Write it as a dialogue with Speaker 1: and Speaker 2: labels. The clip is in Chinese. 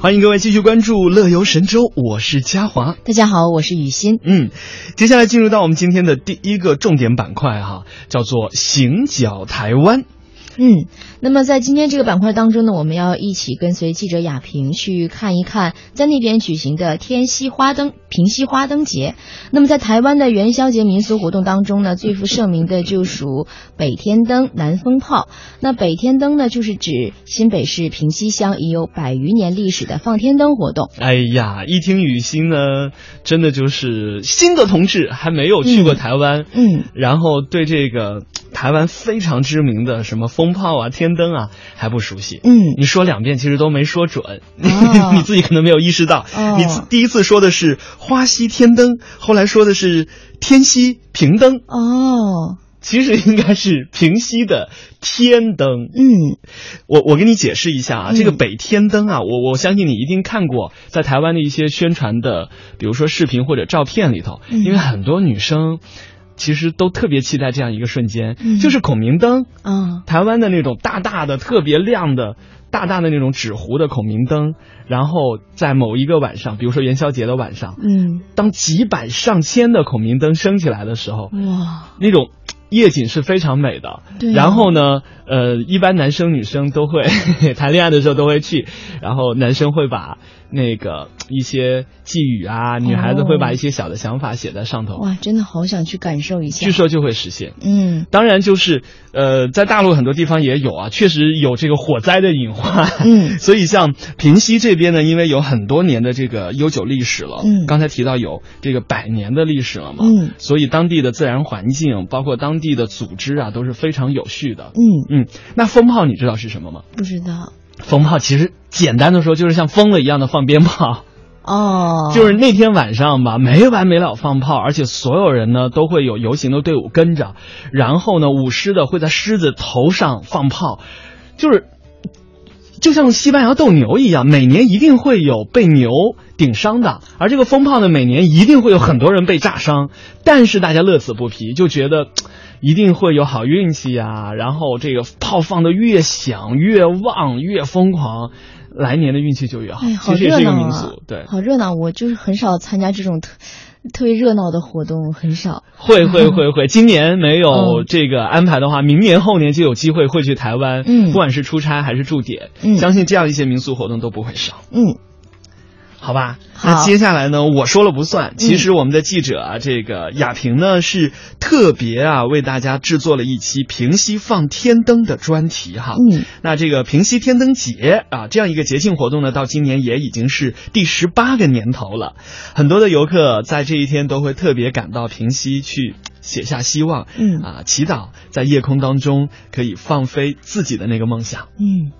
Speaker 1: 欢迎各位继续关注《乐游神州》，我是嘉华。
Speaker 2: 大家好，我是雨欣。
Speaker 1: 嗯，接下来进入到我们今天的第一个重点板块哈、叫做“行脚台湾
Speaker 2: 嗯，那么在今天这个板块当中呢，我们要一起跟随记者亚萍去看一看在那边举行的天溪花灯、平溪花灯节。那么在台湾的元宵节民俗活动当中呢，最负盛名的就属北天灯、南风炮。那北天灯呢，就是指新北市平溪乡已有百余年历史的放天灯活动。”。
Speaker 1: 哎呀，一听雨欣呢，真的就是新的同志还没有去过台湾，
Speaker 2: 嗯，
Speaker 1: 然后对这个台湾非常知名的什么风炮啊、天灯啊还不熟悉。
Speaker 2: 嗯，
Speaker 1: 你说两遍其实都没说准，
Speaker 2: 哦
Speaker 1: 你自己可能没有意识到。
Speaker 2: 哦
Speaker 1: 你自第一次说的是花溪天灯，后来说的是天溪平灯，
Speaker 2: 哦，
Speaker 1: 其实应该是平息的天灯。
Speaker 2: 嗯，
Speaker 1: 我我给你解释一下啊，
Speaker 2: 嗯
Speaker 1: 这个北天灯啊，我我相信你一定看过，在台湾的一些宣传的，比如说视频或者照片里头，
Speaker 2: 嗯
Speaker 1: 因为很多女生其实都特别期待这样一个瞬间，
Speaker 2: 嗯
Speaker 1: 就是孔明灯，
Speaker 2: 啊、
Speaker 1: 台湾的那种大大的、特别亮的、大大的那种纸糊的孔明灯，然后在某一个晚上，比如说元宵节的晚上，
Speaker 2: 嗯，
Speaker 1: 当几百上千的孔明灯升起来的时
Speaker 2: 嗯
Speaker 1: 候，
Speaker 2: 哇，
Speaker 1: 那种夜景是非常美的。
Speaker 2: 对啊
Speaker 1: 然后呢，呃，一般男生女生都会 谈恋爱的时候都会去，然后男生会把那个一些寄语啊，女孩子会把一些小的想法写在上头，
Speaker 2: 哇，真的好想去感受一下。
Speaker 1: 据说就会实现。
Speaker 2: 嗯。
Speaker 1: 当然，就是呃，在大陆很多地方也有啊，确实有这个火灾的隐患。
Speaker 2: 嗯
Speaker 1: 所以像平西这边呢，因为有很多年的这个悠久历史了，
Speaker 2: 嗯
Speaker 1: 刚才提到有这个百年的历史了嘛，
Speaker 2: 嗯
Speaker 1: 所以当地的自然环境，包括当地的组织啊，都是非常有序的。
Speaker 2: 嗯，
Speaker 1: 嗯，那风炮你知道是什么吗？
Speaker 2: 不知道
Speaker 1: 风炮其实简单的说就是像疯了一样的放鞭炮，
Speaker 2: 哦，
Speaker 1: 就是那天晚上吧，没完没了放炮，而且所有人呢都会有游行的队伍跟着，然后呢舞狮的会在狮子头上放炮，就是就像西班牙斗牛一样，每年一定会有被牛顶伤的，而这个风炮呢，每年一定会有很多人被炸伤，但是大家乐此不疲，就觉得。嘖一定会有好运气呀、然后这个炮放的越响越旺越疯狂，来年的运气就越好。
Speaker 2: 哎，好
Speaker 1: 其实也
Speaker 2: 热
Speaker 1: 是一
Speaker 2: 闹
Speaker 1: 个
Speaker 2: 啊！
Speaker 1: 民俗，对。
Speaker 2: 好热闹。我就是很少参加这种特特别热闹的活动，很少。
Speaker 1: 会会会 会，今年没有
Speaker 2: 嗯
Speaker 1: 这个安排的话，明年后年就有机会会去台湾，
Speaker 2: 嗯
Speaker 1: 不管是出差还是驻点，
Speaker 2: 嗯
Speaker 1: 相信这样一些民俗活动都不会少，
Speaker 2: 嗯
Speaker 1: 好嗯吧？
Speaker 2: 好
Speaker 1: 那接下来呢，我说了不算，其实我们的记者啊，这个亚萍呢是特别啊为大家制作了一期平息放天灯的专题哈，
Speaker 2: 嗯
Speaker 1: 那这个平西天灯节啊，这样一个节庆活动呢，到今年也已经是第十八个年头了。很多的游客在这一天都会特别赶到平西去写下希望，啊
Speaker 2: 嗯
Speaker 1: 啊，祈祷在夜空当中可以放飞自己的那个梦想。
Speaker 2: 嗯，